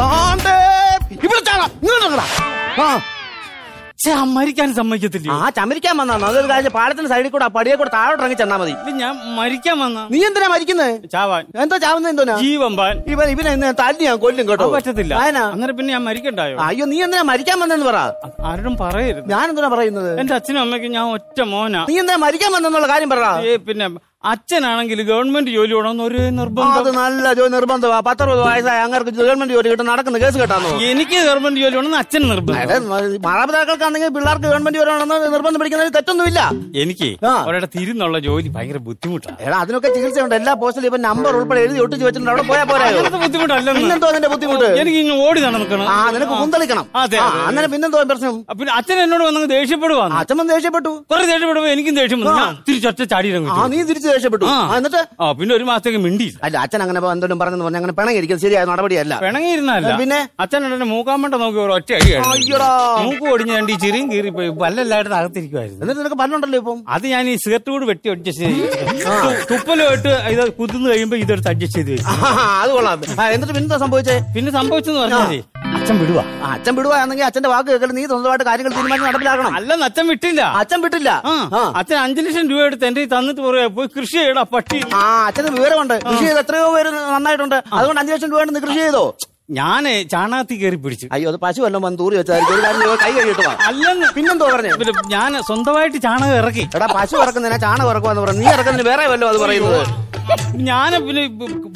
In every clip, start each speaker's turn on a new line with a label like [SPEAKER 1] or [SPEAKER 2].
[SPEAKER 1] താണ്ടേ ഇവിടെ ചാടാം ഇങ്ങോട്ട് നോക്കടാ ആ
[SPEAKER 2] ഛേ, മരിക്കാൻ സമ്മതിക്കത്തില്ല
[SPEAKER 1] ആ ചമരിക്കാൻ വന്നാണോ അതൊരു കാര്യം പാലത്തിന്റെ സൈഡിൽ കൂടെ ആ പടിയെ കൂടെ താഴോട്ട് ഇറങ്ങി ചെന്നാ മതി
[SPEAKER 2] ഞാൻ മരിക്കാൻ വന്ന
[SPEAKER 1] നീ എന്തിനാ മരിക്കുന്നത്
[SPEAKER 2] ചാവാൻ
[SPEAKER 1] എന്താ ചാവുന്നത് എന്തോനാ
[SPEAKER 2] ജീവൻ പാൻ
[SPEAKER 1] ഇവൻ ഇവനെ ഇന്ന് തല്ലി ഞാൻ കൊല്ലും കേട്ടോ
[SPEAKER 2] അത് പറ്റത്തില്ല
[SPEAKER 1] ആയനാ?
[SPEAKER 2] അങ്ങനെ പിന്നെ ഞാൻ മരിക്കണ്ടായോ
[SPEAKER 1] അയ്യോ നീ എന്തിനാ മരിക്കാൻ വന്നെന്ന് പറ
[SPEAKER 2] അ- ആരോടും പറയരുത്
[SPEAKER 1] ഞാൻ എന്തിനാ പറയുന്നത്
[SPEAKER 2] എന്റെ അച്ഛനും അമ്മയ്ക്കും ഞാൻ ഒറ്റ മോനാ
[SPEAKER 1] നീ എന്തിനാ മരിക്കാൻ വന്നെന്നുള്ള കാര്യം പറ
[SPEAKER 2] ഏ പിന്നെ അച്ഛനാണെങ്കിൽ ഗവൺമെന്റ് ജോലി വേണമെന്ന് ഒരു
[SPEAKER 1] അത്
[SPEAKER 2] നിർബന്ധം
[SPEAKER 1] നല്ല ജോ നിർബന്ധമാ പത്തറുപത് വയസ്സായ അങ്ങനെ ഗവൺമെന്റ് ജോലി കിട്ടും നടക്കുന്ന കേസ് കേട്ടാന്നോ
[SPEAKER 2] എനിക്ക് ഗവൺമെന്റ് ജോലി വേണമെന്ന് അച്ഛൻ നിർബന്ധം
[SPEAKER 1] എടാ, മ- മാതാപിതാക്കൾക്കാണെങ്കിൽ പിള്ളേർക്ക് ഗവൺമെന്റ് ജോലി വേണമെന്ന് നിർബന്ധം പിടിക്കുന്നതിൽ തെറ്റൊന്നുമില്ല
[SPEAKER 2] എനിക്ക്
[SPEAKER 1] ആ.
[SPEAKER 2] അവരുടെ തിരുന്നുള്ള ജോലി ഭയങ്കര ബുദ്ധിമുട്ടാണ്
[SPEAKER 1] എടാ അതിനൊക്കെ ചികിത്സയുണ്ട് എല്ലാ പോസ്റ്റിലും ഇപ്പൊ നമ്പർ ഉൾപ്പെടെ എഴുതി ഒട്ടിച്ച് വെച്ചിട്ടുണ്ട് അവിടെ പോയാ പോരായോ
[SPEAKER 2] അങ്ങനത്തെ ബുദ്ധിമുട്ടല്ലെന്ന്
[SPEAKER 1] പിന്നെന്തോ അതിന്റെ ബുദ്ധിമുട്ട്
[SPEAKER 2] എനിക്ക് ഇങ്ങനെ ഓടി നടക്കണം
[SPEAKER 1] ആ നിനക്ക് കുന്തളിക്കണം
[SPEAKER 2] അതെ,
[SPEAKER 1] ആ
[SPEAKER 2] അതെ.
[SPEAKER 1] അങ്ങനെ പിന്നെന്തോ പ്രശ്നം
[SPEAKER 2] ആ, പിന്നെ അച്ഛൻ എന്നോട് വന്നങ്ങ് ദേഷ്യപ്പെടുവാന്ന്
[SPEAKER 1] അച്ഛൻ ദേഷ്യപ്പെട്ടു
[SPEAKER 2] കുറെ ദേഷ്യപ്പെടുമ്പോ എനിക്കും ദേഷ്യം വന്നു ഞാൻ തിരിച്ചൊറ്റ ചാടി ഇറങ്ങി
[SPEAKER 1] ആ നീ തിരിച്ച് ദേഷ്യപ്പെട്ടു
[SPEAKER 2] ആ.
[SPEAKER 1] ആ, എന്നിട്ട്
[SPEAKER 2] ആ പിന്നെ ഒരു മാസത്തേക്ക് മിണ്ടിയില്ല
[SPEAKER 1] അല്ല അച്ഛൻ അങ്ങനെ പോ- എന്തെങ്കിലും പറഞ്ഞെന്ന് പറഞ്ഞാൽ അങ്ങനെ പിണങ്ങിയിരിക്കും ശരിയായ നടപടിയല്ല
[SPEAKER 2] പിണങ്ങിയിരുന്നല്ല
[SPEAKER 1] പിന്നെ?
[SPEAKER 2] അച്ഛൻ എന്നെ മൂക്കാൻ വേണ്ട നോക്കി ഒരു ഒറ്റ അടി കഴിഞ്ഞു
[SPEAKER 1] അയ്യടാ
[SPEAKER 2] മൂക്ക് ഒടിഞ്ഞ് രണ്ട് ഈ ചിരിയും കീറി പോയി പല്ലെല്ലായിടത്തും അകത്തിരിക്കുമായിരുന്നു
[SPEAKER 1] എന്നിട്ട് നിനക്ക് പറഞ്ഞുണ്ടല്ലോ ഇപ്പം
[SPEAKER 2] അത് ഞാൻ ഈ സിഗരറ്റ് കൂടി വെട്ടി അഡ്ജസ്റ്റ് ചെയ്ത് തുപ്പലുമായിട്ട് ഇത് കുത്തുന്നു കഴിയുമ്പോ ഇതെടുത്ത് അഡ്ജസ്റ്റ് ചെയ്ത് വെച്ചു
[SPEAKER 1] ആ, അത് കൊള്ളാം ആ, എന്നിട്ട് പിന്നെന്താ സംഭവിച്ചേ
[SPEAKER 2] പിന്നെ സംഭവിച്ചെന്ന് പറഞ്ഞാൽ അച്ഛൻ വിടുവാ
[SPEAKER 1] ആ, അച്ഛൻ വിടുവാണെങ്കിൽ അച്ഛന്റെ വാക്ക് കേൾക്കണം നീ സ്വന്തമായിട്ട് കാര്യങ്ങൾ തീരുമാനിച്ച് നടപ്പിലാക്കണം
[SPEAKER 2] അല്ലെന്ന് അച്ഛൻ വിട്ടില്ല
[SPEAKER 1] അച്ഛൻ വിട്ടില്ല
[SPEAKER 2] ആ
[SPEAKER 1] ആ.
[SPEAKER 2] അച്ഛൻ അഞ്ചു ലക്ഷം രൂപ എടുത്ത് എന്റെ കയ്യിൽ തന്നിട്ട് പറയാ പോയി കൃഷി ചെയ്യടാ പട്ടി
[SPEAKER 1] ആ അച്ഛന് വിവരമുണ്ട് കൃഷി ചെയ്ത് എത്രയോ പേര് നന്നായിട്ടുണ്ട് അതുകൊണ്ട് അഞ്ചു ലക്ഷം രൂപ കൊണ്ട് നീ കൃഷി ചെയ്തോ
[SPEAKER 2] ഞാന് ചാണകത്തിൽ കയറി പിടിച്ചു
[SPEAKER 1] അയ്യോ അത് പശു വല്ലതും വന്ന് തൂറി വെച്ചായിരിക്കും ഒരു കാര്യം ചെയ്തോ, കൈ കഴിയിട്ട് വാ
[SPEAKER 2] അല്ലെന്ന്
[SPEAKER 1] പിന്നെന്തോ പറഞ്ഞു
[SPEAKER 2] പിന്നെ ഞാൻ സ്വന്തമായിട്ട് ചാണകം ഇറക്കി
[SPEAKER 1] എടാ പശു ഇറക്കുന്നതിനാ ചാണകം ഇറക്കുവാന്ന് പറഞ്ഞു നീ ഇറക്കുന്നതിന് വേറെ വല്ലോ അത് പറയുന്നത്
[SPEAKER 2] ഞാൻ പിന്നെ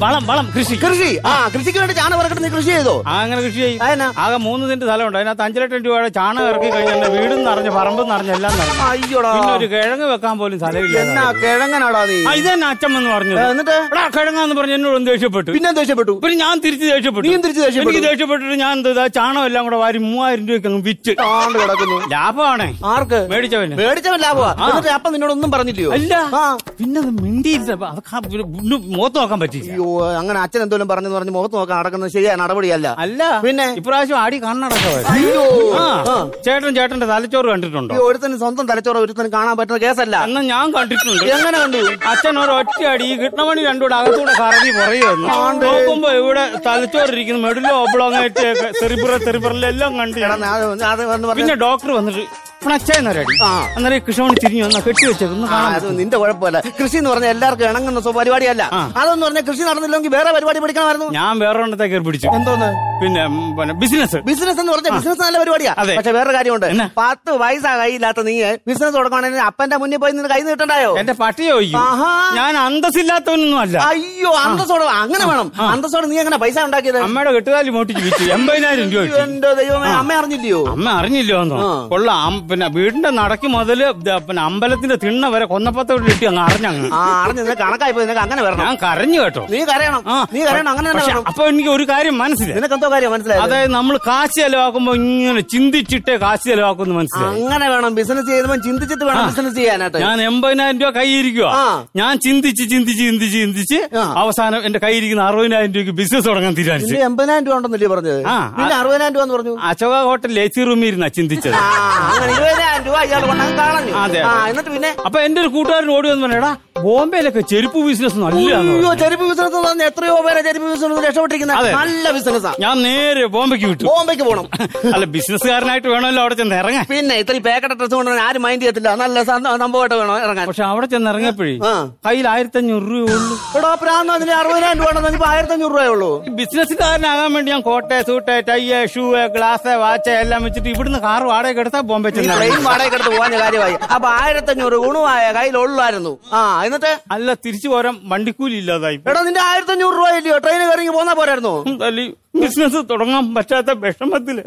[SPEAKER 2] വളം വളം കൃഷി
[SPEAKER 1] കൃഷി ആ കൃഷിക്ക് വേണ്ടി ചാണകം ഇറക്കുന്നത് നീ കൃഷി ചെയ്തോ
[SPEAKER 2] ആ, അങ്ങനെ കൃഷി ചെയ്യും
[SPEAKER 1] അതെന്നാ?
[SPEAKER 2] ആകെ മൂന്ന് സെന്റ് സ്ഥലമുണ്ട് അതിനകത്ത് അഞ്ചു ലക്ഷം രൂപയുടെ ചാണകം ഇറക്കി കഴിഞ്ഞാൽ എന്റെ വീടും നിറഞ്ഞ് പറമ്പും നിറഞ്ഞ് എല്ലാം നിറഞ്ഞു
[SPEAKER 1] അയ്യോടാ
[SPEAKER 2] പിന്നെ ഒരു കിഴങ്ങ് വെക്കാൻ പോലും സ്ഥലമില്ല
[SPEAKER 1] എന്നാ കിഴങ്ങനാടാ നീ
[SPEAKER 2] ആ, ഇതെന്നെ അച്ഛൻ എന്ന് പറഞ്ഞു
[SPEAKER 1] ഏ, എന്നിട്ട്
[SPEAKER 2] എടാ കിഴങ്ങാന്ന് പറഞ്ഞ് എന്നോട് ദേഷ്യപ്പെട്ടു
[SPEAKER 1] പിന്നെ ദേഷ്യപ്പെട്ടു
[SPEAKER 2] പിന്നെ ഞാൻ തിരിച്ച് ദേഷ്യപ്പെട്ടു
[SPEAKER 1] നീയും തിരിച്ച് ദേഷ്യപ്പെട്ടു.
[SPEAKER 2] എനിക്ക് ദേഷ്യപ്പെട്ടിട്ട് ഞാൻ എന്ത് ചെയ്തു? ആ ചാണകം എല്ലാം കൂടെ വാരി മൂവായിരം രൂപയ്ക്ക് അങ്ങ് വിറ്റ്
[SPEAKER 1] താണ്ട് കിടക്കുന്നു
[SPEAKER 2] ലാഭമാണേ
[SPEAKER 1] ആർക്ക്
[SPEAKER 2] മേടിച്ചവന്
[SPEAKER 1] മേടിച്ചവൻ ലാഭമാ എന്നിട്ട് അപ്പം നിന്നോട് ഒന്നും പറഞ്ഞില്ലയോ
[SPEAKER 2] അല്ല
[SPEAKER 1] ആ
[SPEAKER 2] പിന്നെ അത് മിണ്ടിയില്ല അതൊക്കെ പിന്നെ മുഖത്ത് നോക്കാൻ പറ്റില്ല
[SPEAKER 1] അയ്യോ അങ്ങനെ അച്ഛൻ എന്തോലും പറഞ്ഞെന്ന് പറഞ്ഞ് മുഖത്ത് നോക്കാൻ നടക്കുന്നത് ശരിയായ നടപടിയല്ല
[SPEAKER 2] അല്ല
[SPEAKER 1] പിന്നെ?
[SPEAKER 2] ഇപ്രാവശ്യം ആടി കണ്ണടക്കവൻ
[SPEAKER 1] അയ്യോ
[SPEAKER 2] ആ
[SPEAKER 1] ആ.
[SPEAKER 2] ചേട്ടൻ ചേട്ടന്റെ തലച്ചോറ് കണ്ടിട്ടുണ്ടോ
[SPEAKER 1] ഈ ഒരുത്തന് സ്വന്തം തലച്ചോറ ഒരുത്തന് കാണാൻ പറ്റുന്ന കേസല്ല
[SPEAKER 2] എന്നാ ഞാൻ കണ്ടിട്ടുണ്ട്
[SPEAKER 1] എങ്ങനെ കണ്ടു
[SPEAKER 2] അച്ഛൻ ഒരു ഒറ്റയടി ഈ കിട്ടമണി രണ്ടൂടെ അകത്തൂടെ കറങ്ങി പറയുന്നു നോക്കുമ്പോ ഇവിടെ തലച്ചോറിരിക്കുന്നു മെഡിലോ ഒബ്ലോങ്ങായിട്ട് തെറിപ്പുറ തെറിപ്പുറലെല്ലാം കണ്ടു
[SPEAKER 1] എടാ, ഞാൻ അത് അത് വന്ന് പറഞ്ഞു.
[SPEAKER 2] പിന്നെ ഡോക്ടർ വന്നിട്ട് പ്രണച്ച എന്നൊരടി
[SPEAKER 1] ആ.
[SPEAKER 2] അന്നേരം ഈ കൃഷ്ണമണി തിരിഞ്ഞു വന്നാ കെട്ടി വെച്ചേക്കുന്നു
[SPEAKER 1] ആ, അത് നിന്റെ കുഴപ്പമല്ല കൃഷി എന്ന് പറഞ്ഞാൽ എല്ലാവർക്കും ഇണങ്ങുന്ന സ്വ- പരിപാടിയല്ല
[SPEAKER 2] ആ.
[SPEAKER 1] അതെന്ന് പറഞ്ഞാൽ കൃഷി നടന്നില്ലെങ്കിൽ വേറെ പരിപാടി പഠിക്കണമായിരുന്നു
[SPEAKER 2] ഞാൻ വേറെ ഒന്നത്തെ കയറി പിടിച്ചു
[SPEAKER 1] എന്തോന്ന്
[SPEAKER 2] പിന്നെ ഉം, പിന്നെ ബിസിനസ്
[SPEAKER 1] ബിസിനസ് എന്ന് പറഞ്ഞാൽ ബിസിനസ് നല്ല പരിപാടിയാ
[SPEAKER 2] അതെ.
[SPEAKER 1] പക്ഷെ വേറെ കാര്യമുണ്ട്
[SPEAKER 2] എന്നാ?
[SPEAKER 1] പത്ത് പൈസ കൈയില്ലാത്ത നീ ബിസിനസ് തുടങ്ങണമെങ്കിൽ അപ്പന്റെ മുന്നിൽ പോയി നിന്ന് കൈ നീട്ടണ്ടായോ
[SPEAKER 2] എന്റെ പട്ടി ചോദിക്കും
[SPEAKER 1] ആഹാ.
[SPEAKER 2] ഞാൻ അന്തസ്സില്ലാത്തവനൊന്നും അല്ല
[SPEAKER 1] അയ്യോ അന്തസ്സോടെ വാ. അങ്ങനെ വേണം അന്തസ്സോടെ നീ എങ്ങനെ പൈസ ഉണ്ടാക്കിയത്
[SPEAKER 2] അമ്മയുടെ കെട്ടുകാലി മോട്ടിച്ച് വിറ്റു എൺപതിനായിരം രൂപ വെച്ചു
[SPEAKER 1] എന്റെ ദൈവമേ അമ്മ അറിഞ്ഞില്ലയോ
[SPEAKER 2] അമ്മ അറിഞ്ഞില്ലോന്നോ
[SPEAKER 1] ആ.
[SPEAKER 2] കൊള്ള പിന്നെ വീടിന്റെ നടക്ക് മുതല് ദ- പിന്നെ അമ്പലത്തിന്റെ തിണ്ണ വരെ കൊന്നപ്പത്തോട് കിട്ടി അങ്ങ് അറിഞ്ഞങ്ങ്
[SPEAKER 1] ആ അറിഞ്ഞു നിനക്ക് കണക്കായി പോയി നിനക്ക് അങ്ങനെ വരണം
[SPEAKER 2] ഞാൻ കരഞ്ഞു കേട്ടോ
[SPEAKER 1] നീ കരയണം
[SPEAKER 2] ആ.
[SPEAKER 1] നീ കരയണം അങ്ങനെ തന്നെ
[SPEAKER 2] പക്ഷെ
[SPEAKER 1] വരണം
[SPEAKER 2] അപ്പൊ എനിക്ക് ഒരു കാര്യം മനസ്സിലായി
[SPEAKER 1] നിനക്ക് എന്തോ കാര്യം മനസ്സിലായത്
[SPEAKER 2] അതായത് നമ്മൾ കാശ് ചെലവാക്കുമ്പോ ഇങ്ങനെ ചിന്തിച്ചിട്ടേ കാശ് ചെലവാക്കുന്നു മനസ്സിലായി
[SPEAKER 1] അങ്ങനെ വേണം ബിസിനസ് ചെയ്യുമ്പോൾ ചിന്തിച്ചിട്ട് വേണം ബിസിനസ് ചെയ്യാനായിട്ട്
[SPEAKER 2] ഞാൻ എൺപതിനായിരം രൂപ കൈയിരിക്കുക
[SPEAKER 1] ആ.
[SPEAKER 2] ഞാൻ ചിന്തിച്ച് ചിന്തിച്ച് ചിന്തിച്ച് ചിന്തിച്ച്
[SPEAKER 1] ആ.
[SPEAKER 2] അവസാനം എന്റെ കൈയിരിക്കുന്ന അറുപതിനായിരം രൂപയ്ക്ക് ബിസിനസ് തുടങ്ങാൻ തീരുമാനിച്ചു
[SPEAKER 1] നിന്റെ എൺപതിനായിരം രൂപ ഉണ്ടെന്നല്ലേ പറഞ്ഞത്
[SPEAKER 2] ആ,
[SPEAKER 1] പിന്നെ അറുപതിനായിരം രൂപ എന്ന് പറഞ്ഞു
[SPEAKER 2] അശോക ഹോട്ടൽ എ സി റൂമിൽ ഇരുന്നാ ചിന്തിച്ചത്
[SPEAKER 1] ആ അങ്ങനെ ഇരുപതിനായിരം രൂപ ഇയാൾ കൊണ്ടങ്ങ് കളഞ്ഞു
[SPEAKER 2] അതെ, അതെ.
[SPEAKER 1] ആ എന്നിട്ട് പിന്നെ
[SPEAKER 2] അപ്പൊ എന്റെ ഒരു കൂട്ടുകാരൻ ഓടി വന്ന് പറഞ്ഞാ ബോംബെയിലൊക്കെ ചെരുപ്പ് ബിസിനസ് നല്ലതാണ്
[SPEAKER 1] അയ്യോ ചെരുപ്പ് ബിസിനസ് എന്ന് പറഞ്ഞാൽ എത്രയോ പേരെ ചെരുപ്പ് ബിസിനസ് രക്ഷപ്പെട്ടിരിക്കുന്നത്
[SPEAKER 2] അതെ.
[SPEAKER 1] നല്ല ബിസിനസ്സാ
[SPEAKER 2] ഞാൻ നേരെ ബോംബെക്ക് വിട്ടു
[SPEAKER 1] ബോംബെക്ക് പോണം
[SPEAKER 2] അല്ല ബിസിനസ്സുകാരനായിട്ട് വേണമല്ലോ അവിടെ ചെന്ന് ഇറങ്ങാൻ
[SPEAKER 1] പിന്നെ ഇത്ര പാക്കറ്റ് ഡ്രസ് കൊണ്ടുവന്ന് ആരും മൈൻഡ് ചെയ്യത്തില്ല നല്ല സന്ത- സംഭവമായിട്ട് വേണം ഇറങ്ങാൻ
[SPEAKER 2] പക്ഷെ അവിടെ ചെന്ന് ഇറങ്ങിയപ്പോഴേ
[SPEAKER 1] ആ.
[SPEAKER 2] കയ്യിൽ ആയിരത്തി അഞ്ഞൂറ് രൂപ ഉള്ളൂ
[SPEAKER 1] എടോ പ്രാന്തോ അതിന് അറുപതിനായിരം രൂപ ഉണ്ടെന്ന് ഇപ്പൊ ആയിരത്തി അഞ്ഞൂറ് രൂപയേ ഉള്ളൂ
[SPEAKER 2] ഈ ബിസിനസ്സുകാരനാകാൻ വേണ്ടി ഞാൻ കോട്ടെ suit tie shoe glass watch എല്ലാം വെച്ചിട്ട് ഇവിടുന്ന് കാർ വാടക എടുത്താ ബോംബെ
[SPEAKER 1] ഈ
[SPEAKER 2] ചെന്ന്
[SPEAKER 1] ട്രെയിൻ വാടക എടുത്ത് പോകാൻ കാര്യമായി അപ്പൊ ആയിരത്തഞ്ഞൂറ് ഗുണമായ കയ്യിലുള്ളായിരുന്നു ആ എന്നിട്ട്
[SPEAKER 2] അല്ല തിരിച്ചു പോരാൻ വണ്ടിക്കൂലി ഇല്ലാതായി
[SPEAKER 1] എടാ നിന്റെ ആയിരത്തഞ്ഞൂറ് രൂപ ഇല്ലയോ ട്രെയിൻ കയറി പോന്നാ പോരായിരുന്നു
[SPEAKER 2] അല്ല, ഈ ബിസിനസ് തുടങ്ങാൻ പറ്റാത്ത വിഷമത്തില്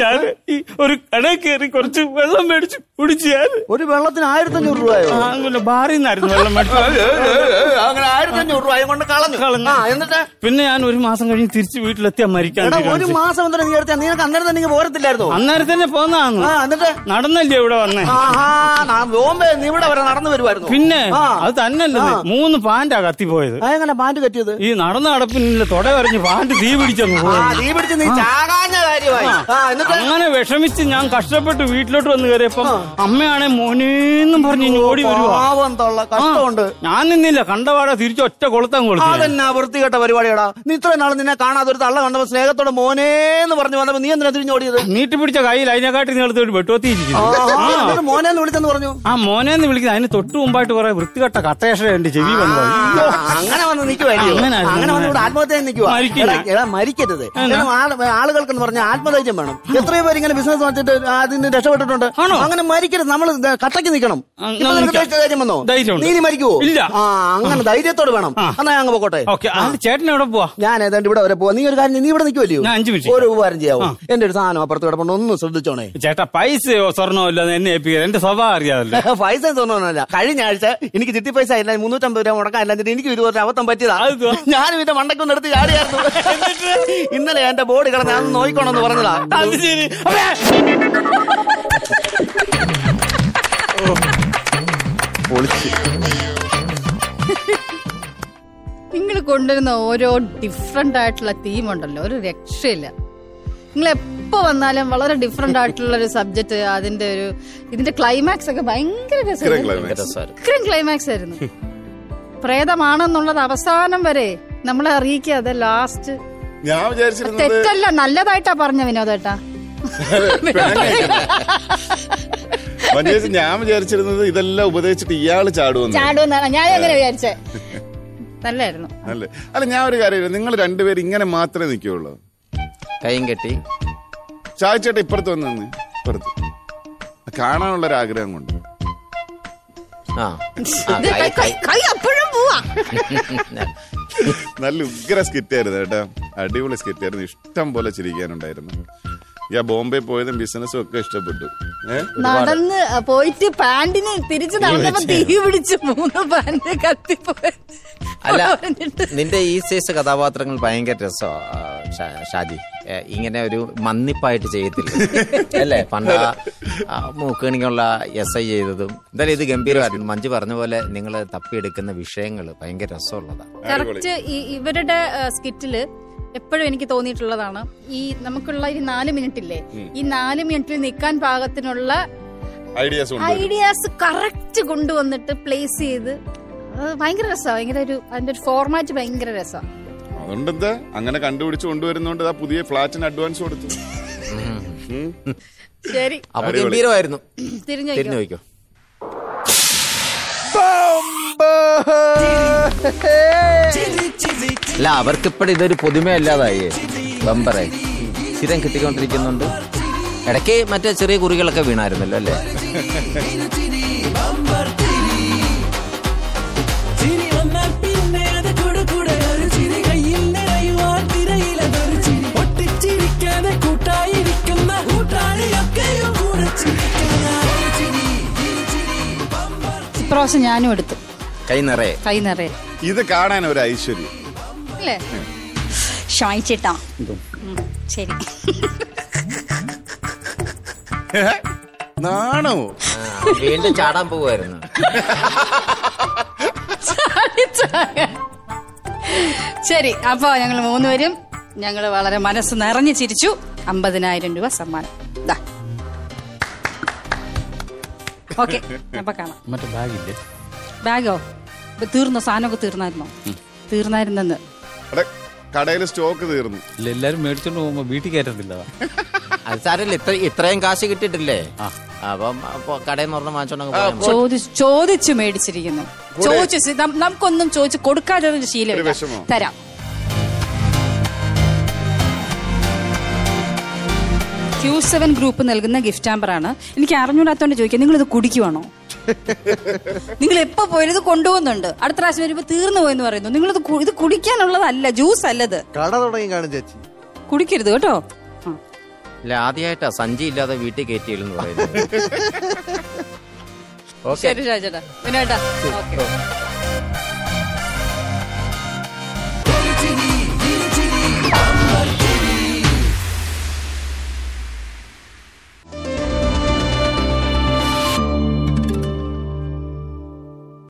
[SPEAKER 2] ഞാൻ ഈ ഒരു കടയിൽ കയറി കുറച്ച് വെള്ളം മേടിച്ചു കുടിച്ചു ഞാൻ
[SPEAKER 1] ഒരു വെള്ളത്തിന് ആയിരത്തഞ്ഞൂറ് രൂപയോ
[SPEAKER 2] ആ, പിന്നെ ബാറിൽ നിന്നായിരുന്നു വെള്ളം മേടിച്ചു
[SPEAKER 1] അങ്ങനെ ആയിരത്തഞ്ഞൂറ് രൂപയും കൊണ്ട് കളഞ്ഞു
[SPEAKER 2] കളഞ്ഞു.
[SPEAKER 1] ആ എന്നിട്ട്
[SPEAKER 2] പിന്നെ ഞാൻ ഒരു മാസം കഴിഞ്ഞ് തിരിച്ച് വീട്ടിലെത്തിയാ മരിക്കാൻ
[SPEAKER 1] എടാ ഒരു
[SPEAKER 2] തീരുമാനിച്ചു.
[SPEAKER 1] മാസം എന്തിനാ നീ എടുത്ത നിനക്ക് അന്നേരം തന്നെ ഇങ്ങ് പോരത്തില്ലായിരുന്നു
[SPEAKER 2] അന്നേരം തന്നെ പോന്നാന്ന്
[SPEAKER 1] ആ എന്നിട്ട്
[SPEAKER 2] നടന്നല്ലേ ഇവിടെ വന്നേ
[SPEAKER 1] ആഹാ നാ ബോംബെ നീ ഇവിടെ വരെ നടന്നു വരുമായിരുന്നു
[SPEAKER 2] പിന്നെ
[SPEAKER 1] ആ
[SPEAKER 2] അത് തന്നെയല്ലേ മൂന്ന് പാൻറ്റാ കത്തിപ്പോയത്
[SPEAKER 1] അതെങ്ങനെ പാന്റ് കെട്ടിയത്
[SPEAKER 2] ഈ നടന്ന അടപ്പിനില്ല തൊട വരെ എറിഞ്ഞ് പാണ്ട് തീ പിടിച്ചെന്ന്
[SPEAKER 1] ആ
[SPEAKER 2] പോയി.
[SPEAKER 1] തീ പിടിച്ച് നീ ചാകാഞ്ഞ കാര്യമായി ആ എന്നിട്ട്
[SPEAKER 2] അങ്ങനെ വിഷമിച്ച് ഞാൻ കഷ്ടപ്പെട്ട് വീട്ടിലോട്ട് വന്ന് കയറിയപ്പം
[SPEAKER 1] ആ.
[SPEAKER 2] അമ്മയാണെ മോനേന്നും പറഞ്ഞ് ഇങ്ങ് ഓടി വരുവാ
[SPEAKER 1] പാവം തൊള്ള കഷ്ടമുണ്ട്
[SPEAKER 2] ആ, ഞാൻ നിന്നില്ല കണ്ടപാടെ തിരിച്ച് ഒറ്റ കൊളുത്താൻ കൊടുത്തു ഞാൻ.
[SPEAKER 1] അതെന്നാ വൃത്തികെട്ട പരിപാടിയടാ നീ ഇത്രയും നാൾ നിന്നെ കാണാതെ ഒരു തള്ള കണ്ടപ്പോ സ്നേഹത്തോടെ മോനേന്ന് പറഞ്ഞു വന്നപ്പോ നീ എന്തിനാ തിരിഞ്ഞോടിയത്
[SPEAKER 2] നീട്ടി പിടിച്ച കയ്യിൽ അതിനെക്കാട്ടി നീളത്ത് ഒരു വെട്ടുവത്തിയിരിക്കുന്നു
[SPEAKER 1] ആഹാ, എന്നിട്ട് മോനേന്ന് വിളിച്ചെന്ന് പറഞ്ഞു
[SPEAKER 2] ആ മോനെ എന്ന് വിളിക്കുന്നത് അതിന് തൊട്ട് മുമ്പായിട്ട് കുറെ വൃത്തികെട്ട കട്ടേഷ എന്റെ ചെവി വന്നു
[SPEAKER 1] ആ, അങ്ങനെ വന്ന് നിൽക്കുവായിരിക്കും
[SPEAKER 2] അങ്ങനെ ആയിരുന്നു,
[SPEAKER 1] അങ്ങനെ വന്ന് ഇവിടെ ആത്മഹത്യ നിൽക്കുക
[SPEAKER 2] മരിക്കും ഞാൻ.
[SPEAKER 1] മരിക്കരുത് കാരണം ആള്- ആളുകൾക്ക് എന്ന് പറഞ്ഞാൽ ആത്മധൈര്യം വേണം എത്രയോ പേര് ഇങ്ങനെ ബിസിനസ് വെച്ചിട്ട് അതിന് രക്ഷപ്പെട്ടിട്ടുണ്ട്
[SPEAKER 2] ആണോ?
[SPEAKER 1] അങ്ങനെ മരിക്കരുത് നമ്മൾ കട്ടക്ക് നിൽക്കണം
[SPEAKER 2] ആ,
[SPEAKER 1] ഇപ്പൊ
[SPEAKER 2] ഞാൻ
[SPEAKER 1] നിനക്ക്
[SPEAKER 2] നിൽക്കാം.
[SPEAKER 1] ധൈര്യം വന്നോ
[SPEAKER 2] ധൈര്യമുണ്ട്.
[SPEAKER 1] നീ ഇനി മരിക്കുവോ
[SPEAKER 2] ഇല്ല.
[SPEAKER 1] ആ അങ്ങനെ ധൈര്യത്തോട് വേണം
[SPEAKER 2] ആ.
[SPEAKER 1] എന്നാ ഞാൻ അങ്ങ് പോട്ടെ
[SPEAKER 2] ഓക്കെ ചേട്ടൻ എവിടെ പോവാ
[SPEAKER 1] ഞാൻ ഏതാണ്ട് ഇവിടെ വരെ പോവാ നീ ഒരു കാര്യം ചെയ്യ്. നീ ഇവിടെ നിൽക്കുമല്ലോ
[SPEAKER 2] ഞാൻ അഞ്ച് മിനിറ്റ്
[SPEAKER 1] ഒരു ഉപകാരം ചെയ്യാവോ എന്റെ ഒരു സാധനം അപ്പുറത്ത് കിടപ്പുണ്ട് ഒന്ന് ശ്രദ്ധിച്ചോണേ
[SPEAKER 2] ചേട്ടാ പൈസയോ സ്വർണ്ണോ ഇല്ലെന്ന് എന്നെ ഏൽപ്പിക്കുക എന്റെ സ്വഭാവം അറിയാതല്ലോ
[SPEAKER 1] പൈസ തോന്നുന്നില്ല കഴിഞ്ഞ ആഴ്ച എനിക്ക് ചിട്ടി പൈസ ഇല്ല മുന്നൂറ്റമ്പത് രൂപ മുടക്കാൻ ഇല്ലാഞ്ഞിട്ട് എനിക്ക് ഇരുപത് രൂപ അബദ്ധം പറ്റിയതാ
[SPEAKER 2] അതെന്തുവാ?
[SPEAKER 1] ഞാൻ ഇതിന്റെ മണ്ടക്കൊന്ന് എടുത്ത് ചാടിയായിരുന്നു ഇന്നലെ എന്റെ ബോഡി കിടന്ന് ഞാൻ നോയിക്കോണെന്ന് പറഞ്ഞതാ
[SPEAKER 2] അത് ശരി അപ്പേ!
[SPEAKER 3] നിങ്ങൾ കൊണ്ടുവരുന്ന ഓരോ ഡിഫറെന്റ് ആയിട്ടുള്ള തീം ഉണ്ടല്ലോ ഒരു രക്ഷയില്ല നിങ്ങൾ എപ്പോ വന്നാലും വളരെ ഡിഫറെന്റ് ആയിട്ടുള്ള ഒരു സബ്ജക്ട് അതിന്റെ ഒരു ഇതിന്റെ ക്ലൈമാക്സ് ഒക്കെ ഭയങ്കര രസമായിരുന്നു. ഉഗ്രൻ ക്ലൈമാക്സ് ആയിരുന്നു പ്രേതമാണെന്നുള്ളത് അവസാനം വരെ നമ്മളെ അറിയിക്കാതെ ലാസ്റ്റ്
[SPEAKER 4] ഞാൻ വിചാരിച്ചിരുന്നത്
[SPEAKER 3] തെറ്റല്ല നല്ലതായിട്ടാ പറഞ്ഞ വിനോദേട്ടാ
[SPEAKER 4] പിണങ്ങായിരിക്കുന്നു. മഞ്ജുവേച്ചി, ഞാൻ വിചാരിച്ചിരുന്നത് ഇതെല്ലാം ഉപദേശിച്ചിട്ട് ഇയാള് ചാടുവെന്ന്
[SPEAKER 3] ചാടുമെന്നാണ് ഞാൻ അങ്ങനെ വിചാരിച്ചേ നല്ലായിരുന്നു
[SPEAKER 4] അല്ലേ അല്ല ഞാൻ ഒരു കാര്യം നിങ്ങൾ രണ്ടുപേരും ഇങ്ങനെ മാത്രമേ നിൽക്കുകയുള്ളൂ
[SPEAKER 1] കൈയും കെട്ടി
[SPEAKER 4] ചായച്ചേട്ട ഇപ്പുറത്ത് വന്ന് നിന്ന് ഇപ്പുറത്ത് കാണാനുള്ള ഒരു ആഗ്രഹം കൊണ്ട്
[SPEAKER 5] ആ
[SPEAKER 3] ഇത് കൈ- കൈ- കൈ അപ്പോഴും പോവാ
[SPEAKER 4] നല്ല ഉഗ്ര സ്കിറ്റ് ആയിരുന്നു കേട്ടോ അടിപൊളി സ്കിറ്റ് ആയിരുന്നു ഇഷ്ടം പോലെ ചിരിക്കാനുണ്ടായിരുന്നു ഞാൻ ബോംബെ പോയതും ബിസിനസ്സും ഒക്കെ ഇഷ്ടപ്പെട്ടു ഏഹ്
[SPEAKER 3] നടന്ന് പോയിട്ട് പാന്റിന് തിരിച്ചു നടന്നപ്പോ തീ പിടിച്ച് മൂന്ന് പാന്റ് കത്തിപ്പോയി
[SPEAKER 5] അല്ല
[SPEAKER 3] പറഞ്ഞിട്ട്
[SPEAKER 5] നിന്റെ ഈ സൈസ് കഥാപാത്രങ്ങൾ ഭയങ്കര രസോ ആ, ഷാ- ഷാജി ഏ, ഇങ്ങനെ ഒരു മന്നിപ്പായിട്ട് ചെയ്യത്തില്ല അല്ലേ പണ്ട് ആ, ആ, മൂക്കണിക്കുള്ള എസ് ഐ ചെയ്തതും എന്തായാലും ഇത് ഗംഭീരമായിരുന്നു മഞ്ജു പറഞ്ഞ പോലെ നിങ്ങൾ തപ്പിയെടുക്കുന്ന വിഷയങ്ങൾ ഭയങ്കര രസമുള്ളതാണ്
[SPEAKER 3] കറക്റ്റ് ഇവരുടെ സ്കിറ്റില് എപ്പോഴും എനിക്ക് തോന്നിയിട്ടുള്ളതാണ് ഈ നമുക്കുള്ള ഈ നാല് മിനിറ്റ് ഇല്ലേ ഈ നാല് മിനിറ്റിൽ നിൽക്കാൻ പാകത്തിനുള്ള
[SPEAKER 4] ഐഡിയാസ് ഉണ്ട്
[SPEAKER 3] ഐഡിയാസ് കറക്റ്റ് കൊണ്ടുവന്നിട്ട് പ്ലേസ് ചെയ്ത് അത് ഭയങ്കര രസമാണ് ഭയങ്കര ഒരു അതിന്റെ ഒരു ഫോർമാറ്റ് ഭയങ്കര രസമാണ്
[SPEAKER 4] അതുകൊണ്ട് എന്താ അങ്ങനെ കണ്ടുപിടിച്ച് കൊണ്ടുവരുന്നോണ്ട് ആ പുതിയ ഫ്ലാറ്റിന് അഡ്വാൻസ് കൊടുത്തു ഉം.
[SPEAKER 3] ശരി
[SPEAKER 5] അപ്പൊ
[SPEAKER 4] അടിപൊളി.
[SPEAKER 5] ഗംഭീരമായിരുന്നു
[SPEAKER 3] തിരിഞ്ഞു
[SPEAKER 5] തിരിഞ്ഞു
[SPEAKER 3] നോക്കിക്കോ.
[SPEAKER 5] നോക്കിയോ അല്ല അവർക്കിപ്പോഴും ഇതൊരു പുതുമയല്ലാതായി ബമ്പറെ സ്ഥിരം കിട്ടിക്കൊണ്ടിരിക്കുന്നുണ്ട് ഇടയ്ക്ക് മറ്റേ ചെറിയ കുറികളൊക്കെ വീണായിരുന്നല്ലോ അല്ലേ
[SPEAKER 6] ചിരി വന്ന പിന്നെ അത് കൂടെ കൂടെ ഒരു ചിരി കയ്യിൽ നിറയുവാൻ തിരയിലതൊരു ചിരി ഒട്ടിച്ചിരിക്കാതെ കൂട്ടായിരിക്കുന്ന കൂട്ടാളിയൊക്കെയും കൂടെ ചിരിക്കാനായി ചിരി ചിരി ചിരി ബമ്പർ
[SPEAKER 3] ഇപ്രാവശ്യം ഞാനും എടുത്തു
[SPEAKER 5] കൈ നിറയെ
[SPEAKER 3] കൈ നിറയെ
[SPEAKER 4] ഇത് കാണാൻ ഒരു ഐശ്വര്യം
[SPEAKER 3] അല്ലേ ക്ഷമിച്ചിട്ടാ ശരി
[SPEAKER 4] നാണോ
[SPEAKER 5] ആ, വീണ്ടും ചാടാൻ പോകുമായിരുന്നു
[SPEAKER 3] ശരി അപ്പൊ ഞങ്ങൾ മൂന്നുപേരും ഞങ്ങൾ വളരെ മനസ്സ് നിറഞ്ഞു ചിരിച്ചു അമ്പതിനായിരം രൂപ സമ്മാനം ദാ ഓക്കെ അപ്പൊ കാണാം
[SPEAKER 2] മറ്റേ ബാഗില്ലേ
[SPEAKER 3] ബാഗോ ഇപ്പൊ തീർന്നോ സാധനമൊക്കെ തീർന്നായിരുന്നോ തീർന്നായിരുന്നെന്ന്
[SPEAKER 4] അവിടെ കടയിൽ സ്റ്റോക്ക് തീർന്നു
[SPEAKER 2] ഇല്ല എല്ലാരും മേടിച്ചോണ്ട് പോകുമ്പോ വീട്ടിൽ കയറ്റത്തില്ല
[SPEAKER 5] അത് സാരല്ല ഇത്ര ഇത്രയും കാശ് കിട്ടിയിട്ടില്ലേ
[SPEAKER 2] ആ.
[SPEAKER 5] അപ്പം അപ്പൊ കടയിൽ നിന്ന് ഒരെണ്ണം വാങ്ങിച്ചോണ്ടങ്ങ്
[SPEAKER 4] ആ,
[SPEAKER 5] പോയാൽ മതി.
[SPEAKER 3] ചോദിച്ചു ചോദിച്ചു മേടിച്ചിരിക്കുന്നു ചോദിച്ചു സി- നം- നമുക്കൊന്നും ചോദിച്ചു കൊടുക്കാതെ ഒരു
[SPEAKER 4] ഒരു
[SPEAKER 3] ശീലമില്ല
[SPEAKER 4] വിഷമോ?
[SPEAKER 3] തരാം ക്യൂ സെവൻ ഗ്രൂപ്പ് നൽകുന്ന ഗിഫ്റ്റ് ആമ്പറാണ് എനിക്ക് അറിഞ്ഞൂടാത്തോണ്ട് ചോദിക്കാം നിങ്ങൾ ഇത് കുടിക്കുവാണോ നിങ്ങൾ എപ്പോ പോയാലും ഇത് കൊണ്ടുപോകുന്നുണ്ട് അടുത്ത പ്രാവശ്യം വരുമ്പോ തീർന്നു പോയെന്ന് പറയുന്നു നിങ്ങൾ ഇത് ഇത് കുടിക്കാനുള്ളതല്ല ജ്യൂസ് അല്ലത്
[SPEAKER 1] കട തുടങ്ങി കാണും ചേച്ചി
[SPEAKER 3] കുടിക്കരുത് കേട്ടോ ആ.
[SPEAKER 5] അല്ല ആദ്യമായിട്ടാ സഞ്ചി ഇല്ലാതെ വീട്ടിൽ കയറ്റിയില്ലെന്ന് പറയുന്നത് ഓക്കെ
[SPEAKER 3] ശരി രാജേട്ടാ വിനോട്ടാ ഓക്കെ